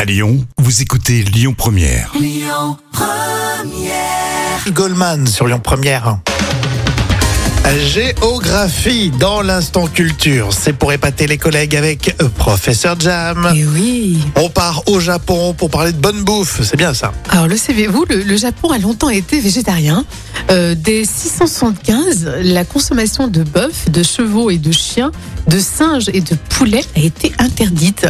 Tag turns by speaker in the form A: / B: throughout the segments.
A: À Lyon, vous écoutez Lyon Première.
B: Goldman sur Lyon Première. Géographie dans l'instant culture, c'est pour épater les collègues avec euh, Professeur Jam.
C: Et Eh oui.
B: On part au Japon pour parler de bonne bouffe, c'est bien ça.
C: Alors le savez-vous, le, le Japon a longtemps été végétarien. Euh, dès 675, la consommation de bœuf, de chevaux et de chiens, de singes et de poulets a été interdite.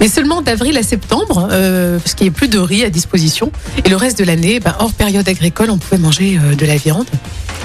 C: Mais seulement d'avril à septembre, euh, parce qu'il n'y a plus de riz à disposition. Et le reste de l'année, ben, hors période agricole, on pouvait manger euh, de la viande.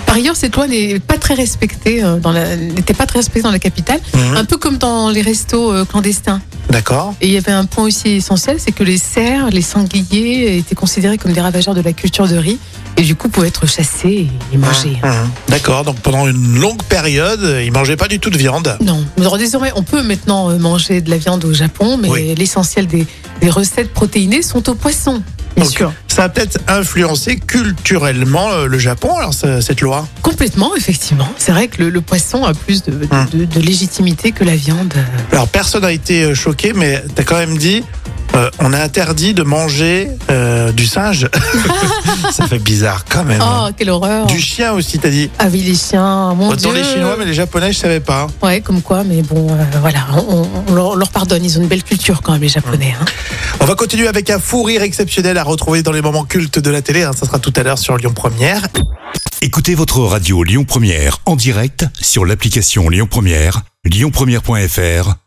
C: Par ailleurs, cette loi n'est pas très respectée euh, dans la- n'était pas très respectée dans la capitale,
B: Mhm.
C: un peu comme dans les restos euh, clandestins.
B: D'accord
C: Et il y avait un point aussi essentiel, c'est que les cerfs, les sangliers étaient considérés comme des ravageurs de la culture de riz et du coup pouvaient être chassés et mangés.
B: Mhm. D'accord, donc pendant une longue période, euh, ils mangeaient pas du tout de viande.
C: Non, alors désormais on peut maintenant euh, manger de la viande au Japon, mais
B: Oui.
C: l'essentiel des, des recettes protéinées sont au poisson. Bien
B: Donc,
C: sûr.
B: Ça a peut-être influencé culturellement euh, le Japon, alors ce- cette loi.
C: Complètement, effectivement. C'est vrai que le, le poisson a plus de, de-
B: Mhm.
C: de- de légitimité que la viande.
B: Alors personne n'a été euh, choqué, mais t'as quand même dit, euh, on a interdit de manger euh, du singe. ça fait bizarre quand même. hein.
C: Oh, quelle horreur
B: Ah. Du chien aussi, t'as dit.
C: Ah oui, les chiens, mon
B: Autant
C: Dieu.
B: les Chinois, mais les Japonais, je savais pas. hein.
C: Ouais, comme quoi, mais bon, euh, voilà, on, on- on leur, on leur pardonne. Ils ont une belle culture quand même, les Japonais. hein.
B: On va continuer avec un fou rire exceptionnel à retrouver dans les moments cultes de la télé. hein. Ça sera tout à l'heure sur Lyon Première.
A: Écoutez votre radio Lyon Première en direct sur l'application Lyon Première, lyonpremière.fr